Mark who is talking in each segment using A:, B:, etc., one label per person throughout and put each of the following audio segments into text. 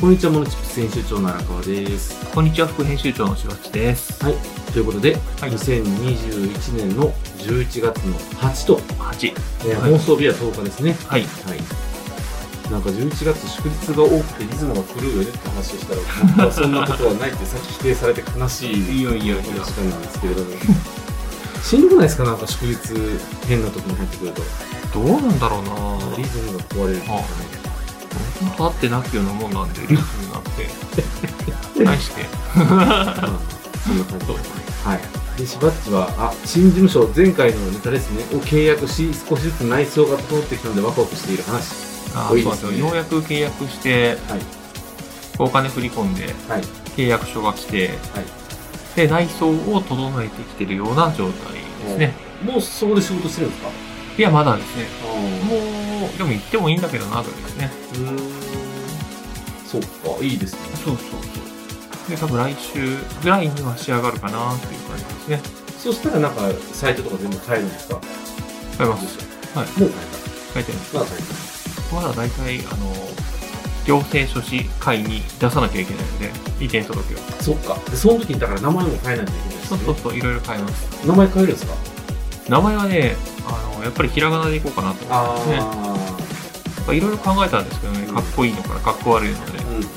A: こんにちは、モノチップス編集長の荒川です。
B: こんにちは、副編集長の柴地です。
A: はい。ということで、
B: はい
A: 2021年の11月の8と、
B: 8。
A: えー
B: はい
A: 放送日は10日ですね。
B: はい。
A: はい。なんか11月祝日が多くてリズムが狂うよねって話をしたら、僕はそんなことはないってさっき否定されて悲しい
B: よいよいよ
A: 時間なんですけれ ども。しんどくないですかなんか祝日変なとこに入ってくると。
B: どうなんだろうな
A: リズムが壊れるとかね。
B: ぁ。あってなきようなもんなんで、リズムになって。 対して。
A: まあそんな感じで。はい、でしばっちはあ新事務所前回のネタですねを契約し少しずつ内装が整ってきたのでワクワクしている話
B: あ
A: 多いで
B: ーそう
A: すね
B: そう。ようやく契約して、
A: はい
B: お金振り込んで、
A: はい
B: 契約書が来て、で、内装を整えてきてるような状態ですね。
A: もうそこで仕事してるんですか
B: いや、まだですね。
A: あ
B: もう、でも行ってもいいんだけどな、とですね。
A: うーんそっかいいですね
B: そうそうそう。で、多分来週ぐらいには仕上がるかな、っていう感じですね。
A: そしたらなんかサイトとか全部変えるんですか
B: あります。
A: もう変え
B: 書いてあります
A: たまだ変え
B: まだ大体、あの、行政書士会に出さなきゃいけないので、移転届を。
A: たそっかでその時にだから名前も変えないといけないです
B: そ
A: ね
B: うそうそう、いろいろ変えます。
A: 名前変えるんですか
B: 名前はね、あの、やっぱりひらがなでいこうかなと思ってますね。やっぱいろいろ考えたんですけどね、
A: うん
B: かっこいいのからかっこ悪いので
A: あ、うんうんうん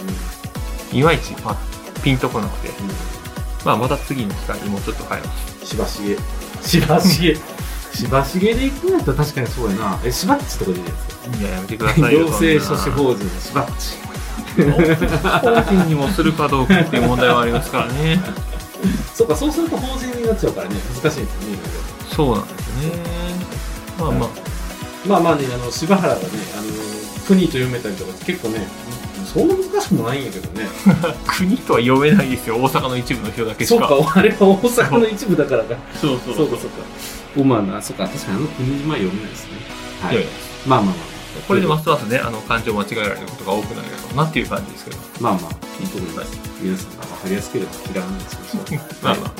B: いまいち、まあ、ピンとこなくて、まあ、また次の機会にもうちょっと変えます。
A: しばしげしばしげしばしげで行くんやったら確かにそうやなえしばっちとかでいいですか
B: いや、やめてくださいよ。
A: 行政書士
B: 人
A: 法人しばっち
B: にもするかどうかっていう問題はありますからね。
A: そうかそうすると法人になっちゃうからね難しいんですよねいろい
B: そうなんですね。まあまあ、
A: ろまあまあねあの柴原がねあの国と読めたりとか結構ねそんな難しくもないんやけど ね
B: 国とは読めないですよ、大阪の一部の人だけし
A: そう
B: か。
A: かあれは大阪の一部だ からか
B: そう
A: そ
B: そうう
A: かそうかおまあなそうか確かにあの国島は読めないですねはいい
B: やいや
A: まあまあまあ
B: これでますますね、あの、漢字を間違えられることが多くなるだろうなっていう感じですけど。
A: まあまあいいと思います皆さんが分かりやすければ嫌わないですけど
B: まあま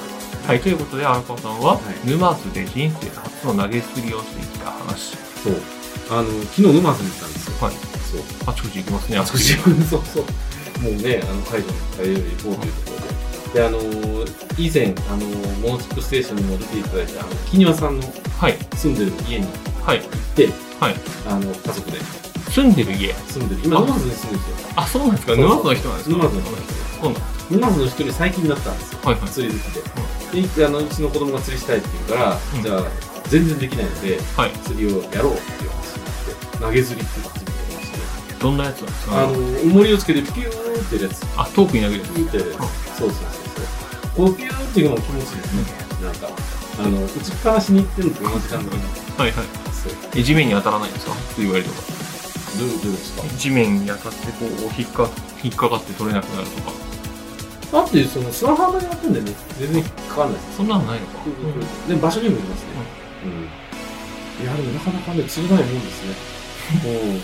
B: あ。はい、ということで、荒川さんは、
A: はい
B: 沼津で人生初の投げすりをしてきた話。
A: そうあの昨日沼津に行ったんですよ
B: はい。
A: そう
B: あちこち行きますね、あ
A: あ
B: ち
A: そ
B: こ
A: こ
B: ち
A: 自。分でそうそうもうねあの海外の海外行こうというところでであのー以前あのーモノチップステーションにも出ていただいたあの木庭さんの
B: はい。
A: 住んでる家に行
B: はい。
A: って
B: はい。
A: あの家族で
B: 住んでる家。
A: 住んでる今
B: あ
A: 沼津に住んでるんですよ
B: あ、そうなんですか。
A: そう
B: 沼津の人なんですか。
A: 沼津の人
B: そうな
A: 沼
B: ん
A: 津の一人最近だったんですよ
B: はいはい。
A: 釣り好きで,、であのうちの子供が釣りしたいって言うから、
B: うん
A: じゃあ全然できないので
B: はい。
A: 釣りをやろうっていう話になって投げ釣りっていうのを始めてまして、
B: どんなやつなんですか。
A: あの重りをつけてピューンってやるやつ
B: あ、トークに投げるやつ。
A: みたいなそうそうそうそうこうピューっていうのも気持ちいいですねなんかあの打ちっぱなしに行ってるのと同じ感覚
B: はいは
A: そう
B: い。え地面に当たらないんですか。言われとか。
A: どういうことですか
B: 地面に当たって、こう、引っか、引っかかって取れなくなるとか。
A: だってその砂浜でやってんだよね全然引っかかんないです
B: そんなのないのか。
A: で場所にもよりますね、うんいやでもなかなかね釣れないもんです ねうん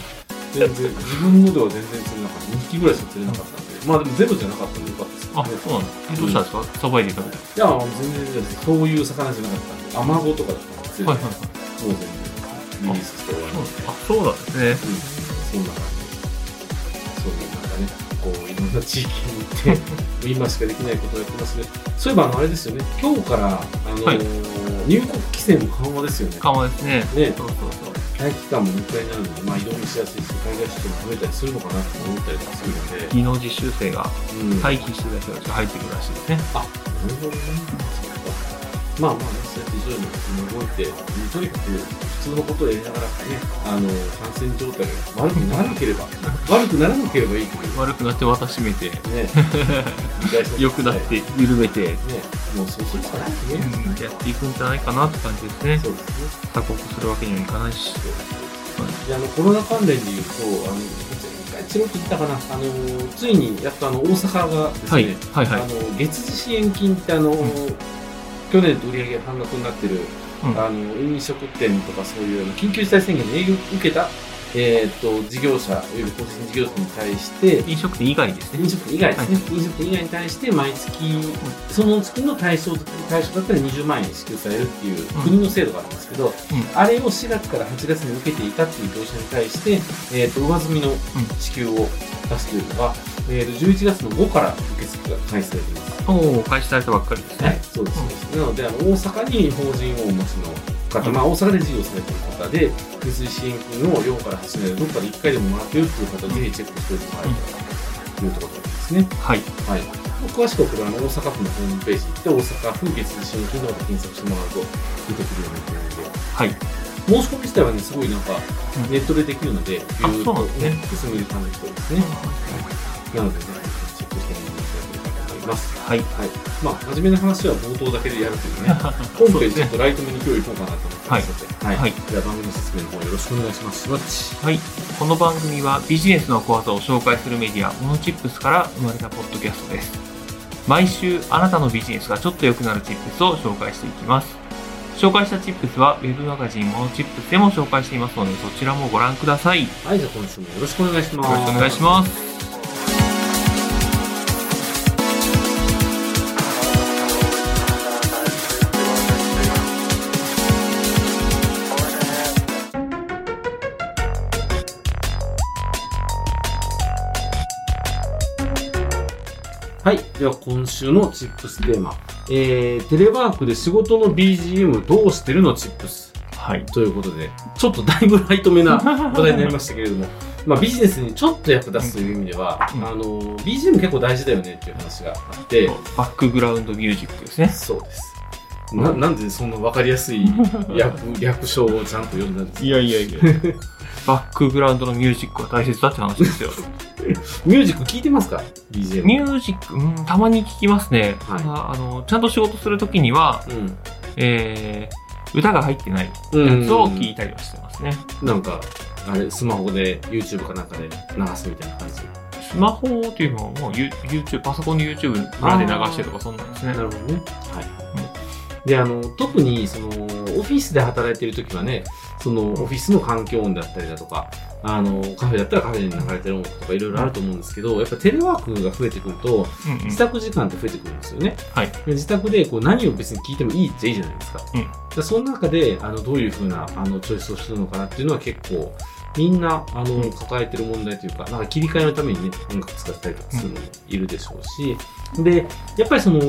A: 全然自分のでは全然釣れなかった2匹ぐらいしか釣れなかったんでまあでもゼロじゃなかったのでよかったですけど
B: あ、
A: ね
B: そうなんだ。えどうしたんですか。さばいて食べた。
A: いや全然全然そういう魚じゃなかったんでアマゴとかだったんで釣れ
B: はい
A: なもう全然リ
B: はいいはい。
A: リースして終わりますね
B: あ、そうなんです
A: うん、そ
B: ね。
A: んな感じそういうなんかねこういろんな地域に行って今しかできないことをやってますね そういえばあのあれですよね今日から、あのー
B: はい
A: 入国規制も緩和ですよね
B: 緩和ですね。
A: ね
B: そうそうそう。
A: 待機期間も3日になるので、まあ、移動もしやすいし海外出張も増えたりするのかなと思ったりとかするので、
B: 技能実習生が
A: うん
B: 待機してた人たちが入ってくるらしいですね。
A: なるほどねそっかまあまあねそうやって徐々に動いてとにかく普通のことをやりながらねあの感染状態が悪くならなければ悪くならなければいい けど
B: 悪くなって渡しめて、
A: ね、
B: 良くなっ
A: ね、
B: て緩めて、
A: もうそうするしかないですね。
B: うんやっていくんじゃないかなって感じですね。
A: そうですね。
B: 鎖国するわけにはいかないし。
A: であのコロナ関連で言うと、あの一回チロッと言ったかな、あのついにやっとあの大阪がですね、
B: はい、はい、はい
A: あ。の月次支援金ってあの、去年と売り上げ半額になってる、
B: うん
A: あの飲食店とかそういうあの緊急事態宣言の営業を受けた、えーっと事業者および個人事業者に対して、
B: 飲食店以外です
A: 飲
B: ね。
A: 食店以外ですね、飲食店以外に対して毎月、その月の対象対象だったら20万円支給されるっていう
B: うん
A: 国の制度があるんですけど、あれを4月から8月に受けていたっていう業者に対して、えー、と上積みの支給を出すというのが、えー、と11月の5から受付が開始されています。
B: おお、開始されたばっかりですね。
A: はい、そうです、そうですなのであの大阪に法人をお持ちの方、
B: はい
A: まあ、大阪で事業されている方で、給水支援金を寮から始める、どっかで1回でももらってるっていう方、ぜひチェックしておいてもらえたらというところですね。
B: はい。
A: はい、詳しくはこれはあの大阪府のホームページに行って、大阪府月水支援金とかで検索してもらうと出てくるようになってるので。
B: はい。
A: 申し込み自体はね、すごいなんか
B: う、ん
A: ネットでできるので、
B: あそうなんですね
A: すぐに感じそうですね。なのでね、チェックしてみていただければと思います。
B: はい。
A: はい。まあ、真面目な話は冒頭だけでやるというね、 今
B: そう
A: 回
B: で
A: ちょ
B: す
A: っ
B: ね。
A: とライト目に今日行こうかなと思ってますので、はい。
B: はい。
A: では番組の説明の方よろしくお願いします。しばっち。
B: はい。この番組はビジネスの小技を紹介するメディア、モノチップスから生まれたポッドキャストです。毎週、あなたのビジネスがちょっと良くなるチップスを紹介していきます。紹介したチップスは、ウェブマガジンモノチップスでも紹介していますので、そちらもご覧ください。よ
A: はい、じゃあ今週もよろしくお願いしま
B: ろ
A: す。
B: しくお願いします。
A: はい。では今週のチップステーマ。えー、テレワークで仕事の BGM どうしてるのチップス。
B: はい。
A: ということで、ちょっとだいぶライトめな話題になりましたけれども、 まあビジネスにちょっと役立つという意味では、
B: うん
A: あの、BGM 結構大事だよねっていう話があって、
B: バックグラウンドミュージックですね。
A: そうです。ななんでそんな分かりやすい略略称をちゃんと読んだんですか
B: やいやいや。バックグラウンドのミュージックは大切だって話ですよ。
A: ミュージック聞いてますか ?BGM。
B: ミュージック、うん、たまに聞きますね。
A: はい
B: ただあの、ちゃんと仕事するときには、
A: うん。
B: えー、歌が入ってないやつ
A: うん
B: を聞いたりはしてますね。
A: なんか、あれ、スマホで YouTube かなんかで流すみたいな感じ。
B: スマホっていうのはもう You- YouTube、パソコンの YouTube 裏で流してとかそんなんですね
A: な。るほどね。はい。で、あの、特に、その、オフィスで働いてるときはね、その、オフィスの環境音だったりだとか、あの、カフェだったらカフェで流れてる音楽とかいろいろあると思うんですけど、やっぱテレワークが増えてくると、
B: うんうん
A: 自宅時間って増えてくるんですよね。
B: はい
A: で自宅でこう何を別に聞いてもいいっちゃいいじゃないですか。
B: うん
A: でその中で、あの、どういうふうな、あの、チョイスをするのかなっていうのは結構、みんな、あの、
B: うん
A: 抱えてる問題というか、なんか切り替えのためにね、音楽使ったりとかするのもいるでしょうし、で、やっぱりその、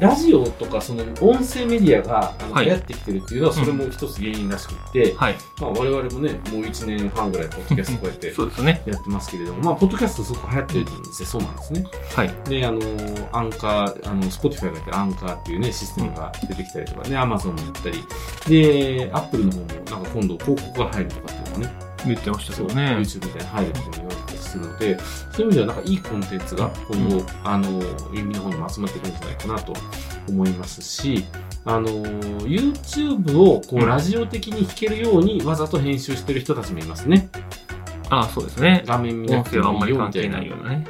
A: ラジオとか、その、音声メディアが、あの、
B: はい
A: 流行ってきてるっていうのは、それも一つ原因らしくって、
B: はい。
A: まあ、我々もね、もう1年半ぐらい、ポッドキャストこうやって、
B: そうですね。
A: やってますけれども、まあ、ポッドキャストすごく流行ってるんですよ。そうなんですね。
B: はい。
A: で、あの、アンカー、あの、スポティファイがやってるアンカーっていうね、システムが出てきたりとかね、アマゾンもやったり、で、アップルの方も、なんか今度広告が入るとかっていうのがね、
B: 言ってましたけどね。
A: YouTube みたいに入るっていうのを言われたりするので、そういう意味ではなんかいいコンテンツが今後、あの、耳の方にも集まってくるんじゃないかなと思いますし、あの、YouTube をこ
B: う
A: う、
B: ん
A: ラジオ的に弾けるようにわざと編集してる人たちもいますね。
B: ああ、そうですね。
A: 画面見な
B: 音
A: くて
B: 声はあん
A: も
B: ま
A: いい
B: り
A: よ
B: 関
A: みたい
B: 係
A: な。
B: ないようなね。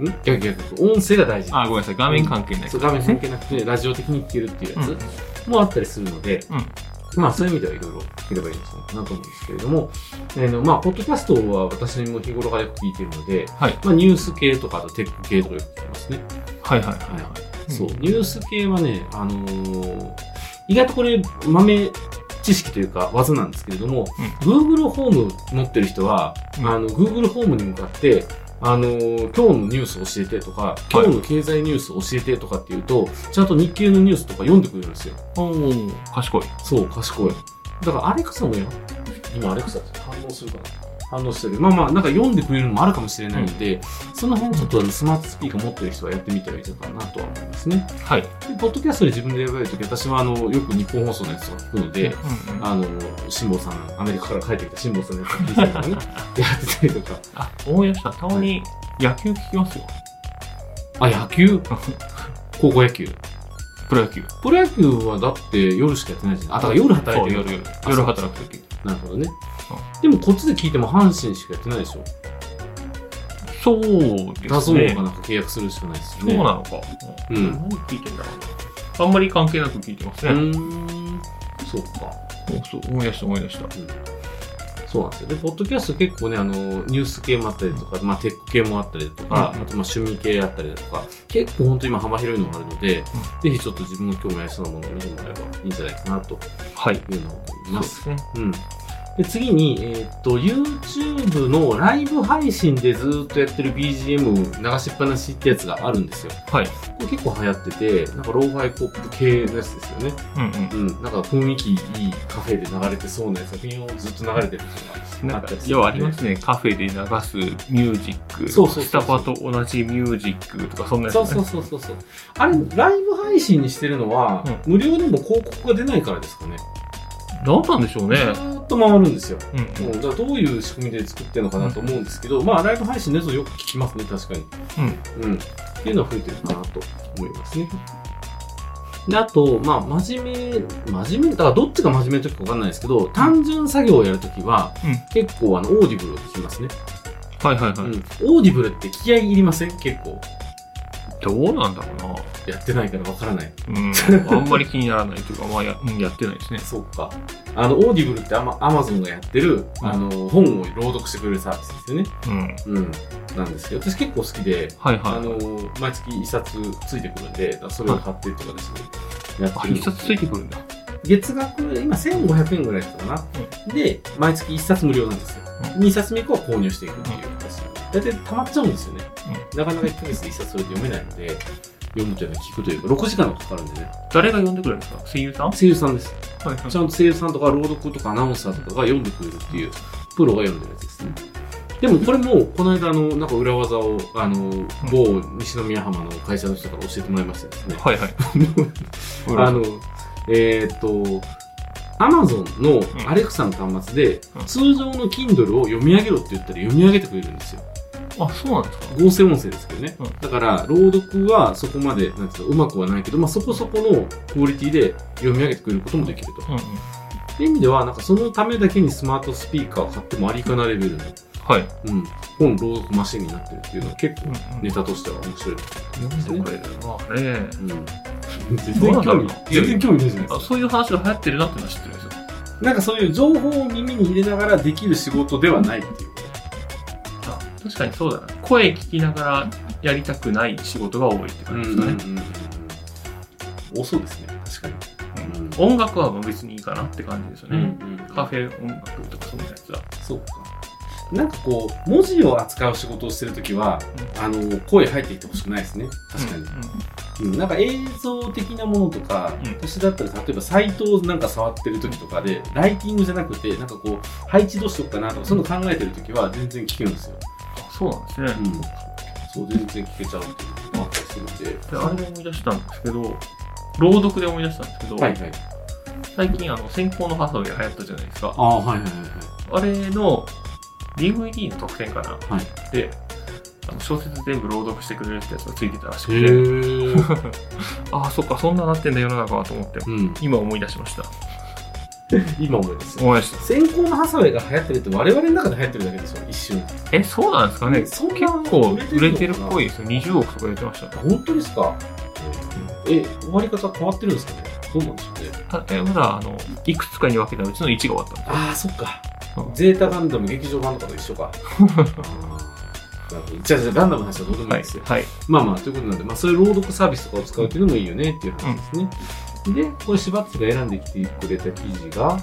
B: うん、
A: ん逆逆音声が大事
B: ああ、ごめんなさい。画面関係ない。
A: そう画面関係なくてラジオ的に聞けるっていうや
B: うん
A: つもあったりするので、
B: うん
A: まあそういう意味ではいろいろ聞ければいいのかなと思うんですけれども、えーのまあ、ポッドキャストは私も日頃からよく聞いてるので、
B: はい
A: まあ、ニュース系とかあとテック系とかよく聞きますね、
B: はいはいはいはい。
A: そうニュース系はね、あのー意外とこれ豆知識というか技なんですけれども、Google ホーム持ってる人は、
B: うん
A: あの Google ホームに向かってあのー今日のニュース教えてとか、今日の経済ニュース教えてとかっていうと、ちゃんと日経のニュースとか読んでくれるんですよ。
B: うん。おお、賢い。
A: そう、賢い。だからアレクサもや、今アレクサって反応するかな反応してる。まあまあ、なんか読んでくれるのもあるかもしれないので、その辺ちょっとあのスマートスピーカー持ってる人はやってみたらいいのかなとは思いますね。
B: はい。
A: で、ポッドキャストで自分でやればいいとき、私はあの、よく日本放送のやつを聞くので、
B: うんうん
A: あの、辛坊さん、アメリカから帰ってきた辛坊さんのやつを聞いたりと かね、やってたりとか。
B: あ、思い出した。たまに野球聞きますよ。
A: あ、野 球高校野球。
B: プロ野球。
A: プロ野球はだって夜しかやってないじゃん。あ、だから夜働いてる。
B: そう夜夜
A: あ
B: 夜働くとき。
A: なるほどね。でもこっちで聞いても阪神しかやってないでしょ。
B: そうで
A: ダ
B: す
A: ゾーン
B: ね
A: か。なんか契約するしかないですよ
B: そう
A: ね。
B: なのか。
A: うん
B: 何聞いてんだろう。あんまり関係なく聞いてますね。
A: うーん。そうか。
B: おそう思い出した思い出した。
A: そうなんですよ。で、ポッドキャスト結構ね、あの、ニュース系もあったりとか、まあ、テック系もあったりだとか、
B: うん
A: あと、まあ、趣味系あったりだとか、結構本当に今幅広いのがあるので、ぜひちょっと自分の興味ありそうなものを見てもらえばいいんじゃないかなと
B: はい。
A: いうのを思い
B: そう
A: ま。
B: ですすね。
A: うん。で次に、えーっと YouTube のライブ配信でずーっとやってる BGM 流しっぱなしってやつがあるんですよ。
B: はい。
A: これ結構流行ってて、なんかローファイポップ系のやつですよね。
B: うんうん。
A: うん、なんか雰囲気いいカフェで流れてそうなやつがピンをずっと流れてるのが
B: な
A: あ
B: ん
A: ったり
B: か
A: するんで
B: 要はありますね、カフェで流すミュージック、
A: そうそうそうそう
B: スタバと同じミュージックとか、そんなやつ、
A: そ
B: ね、
A: うそうそうそうそう。あれ、ライブ配信にしてるのは、無料でも広告が出ないからですかね。
B: なんなんでしょうね。
A: ずーっと回るんですよ。
B: うん
A: もうだからどういう仕組みで作ってるのかなと思うんですけど、まあ、ライブ配信のやつをよく聞きますね、確かに。うん。っていうのは増えてるかなと思いますね。で、あと、まあ、真面目、真面目、だからどっちが真面目の時かわかんないですけど、単純作業をやるときは、
B: うん
A: 結構、あの、オーディブルを聞きますね。
B: はいはいはい。
A: うん。オーディブルって気合いいりません結構。
B: どうなんだろうな。
A: やってないからわからない。
B: うん。あんまり気にならないというか、まあや、うんやってないですね。
A: そうか。あの、オーディブルってアマアマゾンがやってる、
B: うん
A: あの、本を朗読してくれるサービスですよね。
B: うん。
A: うん。なんですけど、私結構好きで、
B: はい
A: あ
B: はい。
A: の、毎月一冊ついてくるんで、だからそれを買ってとかですね。やって
B: あ、
A: る
B: 一冊ついてくるんだ。
A: 月額、今1500円ぐらいだったかな。で、毎月1冊無料なんですよ。
B: う
A: 2冊目以降は購入していくっていう形。大体溜まっちゃうんですよね。なかなか1ヶ月で1冊それで読めないので、読むというのは聞くというか、6時間はかかるんでね。
B: 誰が呼んでくるんですか声優さん
A: 声優さんです。
B: はい はい
A: ちゃんと声優さんとか朗読とかアナウンサーとかが読んでくれるっていう、プロが読んでるやつですね。でもこれも、この間、あの、なんか裏技を、あの、某西宮浜の会社の人から教えてもらいましてですね。
B: はいはい。
A: あの、えーっと、アマゾンのアレクサの端末で
B: うん、
A: 通常の Kindle を読み上げろって言ったら読み上げてくれるんですよ。
B: あ、そうなんですか
A: 合成音声ですけどね
B: うん。
A: だから、朗読はそこまで、なんていうの、うまくはないけど、まあ、そこそこのクオリティで読み上げてくれることもできると。
B: うんうん。
A: っていう意味では、なんかそのためだけにスマートスピーカーを買ってもありかなレベルの、
B: はい。
A: うん、本朗読マシンになってるっていうのは結構ネタとしては面白い。
B: 読んでくれるな。ねえ
A: うん、全
B: どう
A: 然
B: なんだろ
A: 興
B: う
A: 味、全然興味ないじゃないです
B: あ
A: か。
B: そういう話が流行ってるなっていうのは知ってるんですよ。
A: なんかそういう情報を耳に入れながらできる仕事ではないっていう。
B: あ確かにそうだな。声聞きながらやりたくない仕事が多いって感じですかね。
A: 多そうですね、確かに。うん
B: 音楽は別にいいかなって感じですよ
A: う
B: ね。
A: ん
B: カフェ音楽とかそんなやつだ。
A: そうか。なんかこう、文字を扱う仕事をしてるときは、あの、声入ってきてほしくないですね。確かに。うん、なんか映像的なものとか、
B: うん
A: 私だったら例えばサイトをなんか触ってる時とかで、ライティングじゃなくて、なんかこう、配置どうしようかなとか、そういうの考えてる時は全然聞けるんですよ。
B: あそうなんですね。
A: うん。そう、全然聞けちゃうっていうのがあったりするんで。
B: であれで思い出したんですけど、朗読で思い出したんですけど、
A: はいはい。
B: 最近あの、先行のハサウェイ流行ったじゃないですか。
A: ああ、はいはい
B: あれの DVD の特典かな。
A: はい。
B: で、あの小説全部朗読してくれるってやつがついてたらしく
A: へ
B: て、
A: ー。
B: ああ、そっか、そんななってんだ世の中はと思って、
A: うん。
B: 今思い出しました。
A: 今思いますよ。
B: 思い出した。
A: 先行のハサウェイが流行ってるって我々の中で流行ってるだけでしょ、一瞬。
B: え、そうなんですかね
A: そんな
B: 結構売れてるっぽい
A: い。
B: ですよ。20億とか出てました。
A: 本当ですかえ、終わり方変わってるんですかねどうなんでしょうね。
B: たえまだあのいくつかに分けたうちの1が終わったんで
A: ああそっか、
B: うん
A: ゼータガンダム劇場版とかと一緒 かあーなるほどじゃあじゃあガンダムの話はどうでもいいです
B: す
A: よ、
B: よ。はい。
A: まあまあということなんで、まあ、そういう朗読サービスとかを使うっていうのもいいよねっていう話ですね、でこれ柴田が選んできてくれた記事が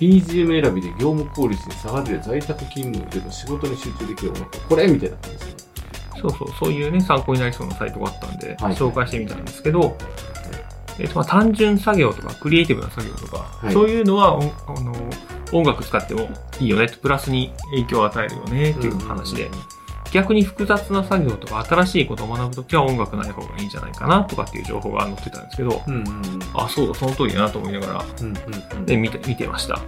A: BGM 選びで業務効率に下がるや在宅勤務での仕事に集中できる音楽これみたいな感じですね
B: そうそう、そういうね、参考になりそうなサイトがあったんで、
A: はい
B: 紹介してみたんですけど、えっとまあ、単純作業とか、クリエイティブな作業とか、
A: い
B: そういうのはおあの音楽使ってもいいよねと、プラスに影響を与えるよねっていう話で、逆に複雑な作業とか、新しいことを学ぶときは音楽ない方がいいんじゃないかなとかっていう情報が載ってたんですけど、
A: うんうんうん
B: あ、そうだ、その通りだなと思いながら、
A: うんうん
B: で見て見てました。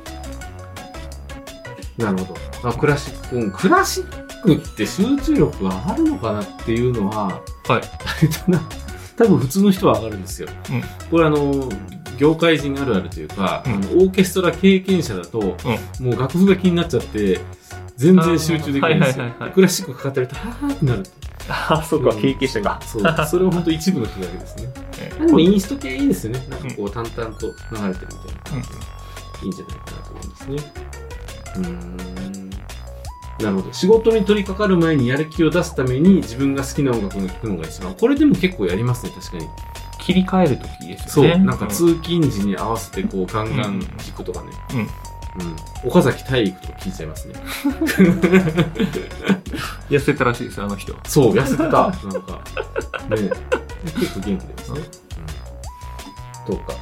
A: なるほど。あクラシック、うんクラシックって集中力が上がるのかなっていうのは、
B: はい。
A: えっとな、多分普通の人は上がるんですよ。
B: うん
A: これあの、業界人あるあるというか、
B: うん
A: あのオーケストラ経験者だと、もう楽譜が気になっちゃって、全然集中できないんですよ。
B: あーはいはいはいはい
A: クラシックかかってると、はーってなるって。
B: あ、そ
A: うんそう。それは本当一部の人だけですね。でも
B: うん
A: インスト系いいですよね。なんかこう淡々と流れてるみたいな。いいんじゃないかなと思うんですね。うーん。なるほど。仕事に取り掛かる前にやる気を出すために自分が好きな音楽を聴くのが一番。これでも結構やりますね、確かに。
B: 切り替えるときです
A: そ
B: よ
A: う。
B: ね。
A: なんか通勤時に合わせてこうガンガン聴くとかね。
B: うん
A: うん、岡崎体育とか聞いちゃいますね。
B: 痩せたらしいですよあの人
A: そう、痩せてた。なん か、ね結構元気ですね。うん、とか。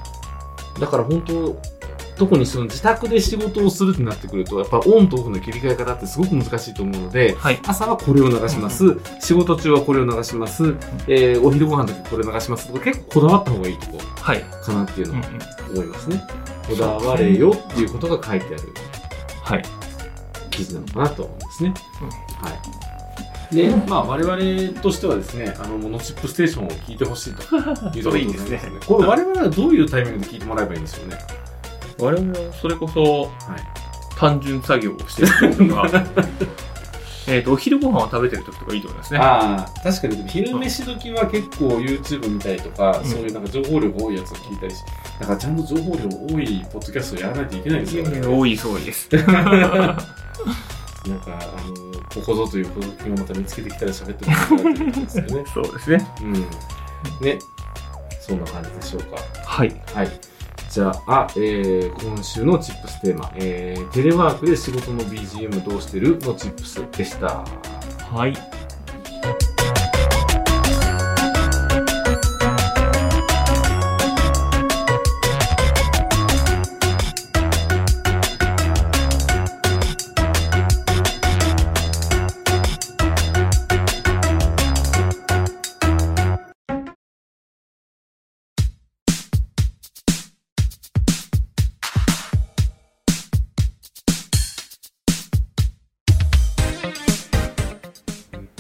A: だから本当、特にその自宅で仕事をするってなってくると、やっぱオンとオフの切り替え方ってすごく難しいと思うので、
B: はい
A: 朝はこれを流します、仕事中はこれを流します、えーお昼ご飯の時これ流しますとか、結構こだわった方がいいとこ
B: はい、
A: かなっていう
B: う
A: の
B: んう
A: は
B: ん、
A: 思いますね。こだわれよっていうことが書いてある
B: はい
A: 記事なのかなと思うんですね。
B: うん
A: はい。で、まあ我々としてはですね、あのモノチップステーションを聞いてほしいというところでございます
B: それいいですね
A: これ我々はどういうタイミングで聞いてもらえばいいんですよね。
B: 我々はそれこそ
A: はい。
B: 単純作業をしてるとか えーとお昼ご飯を食べてる時とかいいと思いますね
A: ああ、確かに昼飯時は結構 YouTube 見たりとか、
B: うん
A: そういうなんか情報量が多いやつを聞いたりし、なんかちゃんと情報量多いポッドキャストをやらないといけないんですよね。
B: 多いそうです
A: なんか、あの、ここぞというポッドキャストをまた見つけてきたら喋ってもらえたらということですよね。
B: そうですね
A: うん。ね。そんな感じでしょうか。
B: はい
A: はい。じゃあ、あえー今週のチップステーマ、えーテレワークで仕事の BGM どうしてるのチップスでした。
B: はい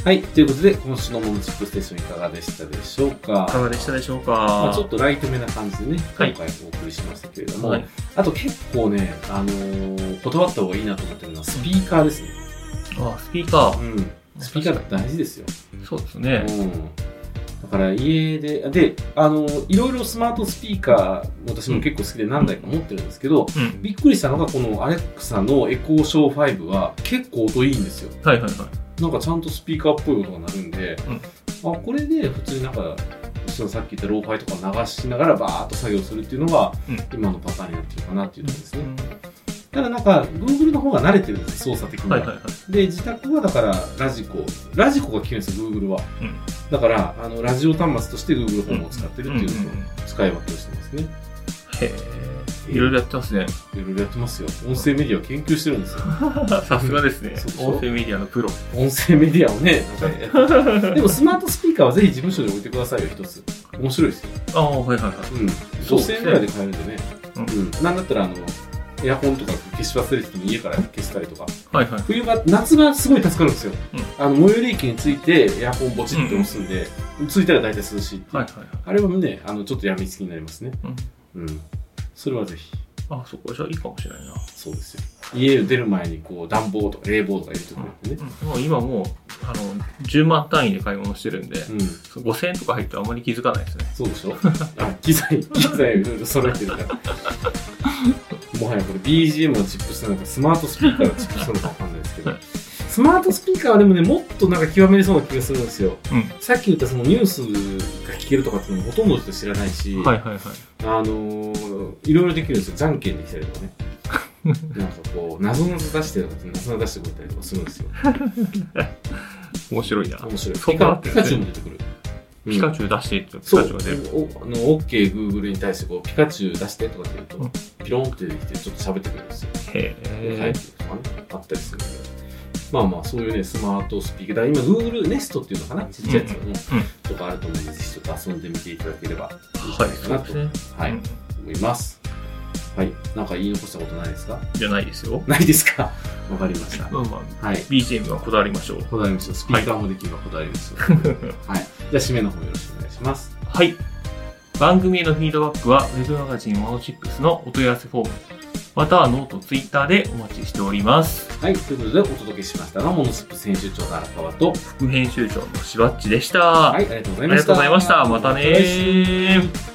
A: はい。ということで、今週のモノチップステーションいかがでしたでしょうか
B: いかがでしたでしょうか、
A: まあ、ちょっとライトめな感じでね、
B: は
A: 今
B: い
A: 回お送りしましたけれども、
B: はい
A: あと結構ね、あのー断った方がいいなと思ってるのはスピーカーですね。
B: あスピーカー
A: うん。スピーカーって大事ですよ。
B: そうですね
A: うんだから家で、で、あの、いろいろスマートスピーカー、私も結構好きで何台か持ってるんですけど、
B: うん
A: びっくりしたのがこのアレクサのエコーショー5は結構音いいんですよ。
B: はいはいはい
A: なんかちゃんとスピーカーっぽい音が鳴るんで、あ、これで普通になんか、そのさっき言ったローファイとか流しながらバーッと作業するっていうのが
B: うん
A: 今のパターンになってるかなっていうところですね。
B: う
A: ただなんか Google の方が慣れてるんですよ、操作的に
B: ん
A: は。
B: はいはいはい
A: で自宅はだからラジコラジコが消えるんですよ Google は、
B: うん
A: だからあのラジオ端末として Google ホームを使ってるっていうの
B: んんん
A: を使い分けをしてますね
B: へえいろいろやってます ね
A: いろいろやってますよ音声メディアを研究してるんですよ
B: さすがですね
A: そうでしょ
B: 音声メディアのプロ
A: 音声メディアをねなんかやってでもスマートスピーカーはぜひ事務所に置いてくださいよ一つ面白いですよ、
B: ああはいはいはい
A: うん、
B: そうです
A: 5000
B: ね
A: 円ぐらいで買えるんでね、
B: うん
A: うんなんだったらあのエアコンとか消し忘れてても家から消したりとか
B: はいはい
A: 冬場夏場すごい助かるんですよ、
B: う
A: あの最寄り駅についてエアコンボチって押すんで、ついたら大体涼しいっていう
B: はいはいはい
A: あれはね、あの、ちょっとやみつきになりますね。
B: うん
A: うん。それはぜひ、
B: あそこじゃあいいかもしれないな
A: そうですよ。家を出る前に、こう、暖房とか冷房とか入れてくれてね。
B: もう今もうあの10万単位で買い物してるんで、
A: うん。
B: 5000円とか入ってあまり気づかないですね
A: そうでしょ あ、機材、機材をいろいろ揃えてるから。もはやこれ BGM のチップスなのか、スマートスピーカーのチップスなのかわかんないですけど。スマートスピーカーはでもね、もっとなんか極めれそうな気がするんですよ。
B: う
A: さっき言ったそのニュースが聞けるとかっていうのもほとんどの人知らないし、
B: んはいはいはい
A: あのーいろいろできるんですよ。じゃんけんできたりとか ね。なんかこう、謎の出してるとかって謎の出してくれたりとかするんですよ。
B: 面白いな
A: 面白い。
B: そう
A: ピ
B: 変わ
A: カ
B: って
A: ピ
B: る
A: カチュウも出てくる。
B: ピカ
A: チュウ。
B: チュウ出してってピ
A: そ
B: カ
A: う
B: チュウが出る。
A: おあの、OK、Google に対してこう、ピカチュウ出してとかって言うと、
B: うん
A: ピロンって出てきて、ちょっと喋ってくるんですよ。
B: へ
A: 書い
B: え
A: てるとかね、あったりするんで。まあまあ、そういうね、スマートスピーカー。だから今、Google Nest っていうのかなちっちゃいやつ、うんとかあると思うんで、ぜひちょっと遊んでみていただければいいんじゃ
B: はい
A: ないか
B: そう
A: な
B: です
A: と、
B: ね
A: は
B: う
A: い
B: ん、
A: 思います。はい。なんか言い残したことないですか
B: じゃないですよ
A: ないですかわかりました。
B: まあまあ
A: はい。
B: BGM はこだわりましょう
A: こだわりますよ。スピーカーもできればこだわりますよ。はい。じゃあ、締めの方よろしくお願いします。
B: はい番組へのフィードバックは Web マガジンモノチップスのお問い合わせフォームまたはノート、ツイッターでお待ちしております。
A: はい。ということで、お届けしましたのは、モノスップ編集長の荒川と、
B: 副編集長のしばっちでした。
A: はい、ありがとうござい
B: ありが
A: まし
B: と
A: た。
B: うございました。またね
A: また来週
B: ー。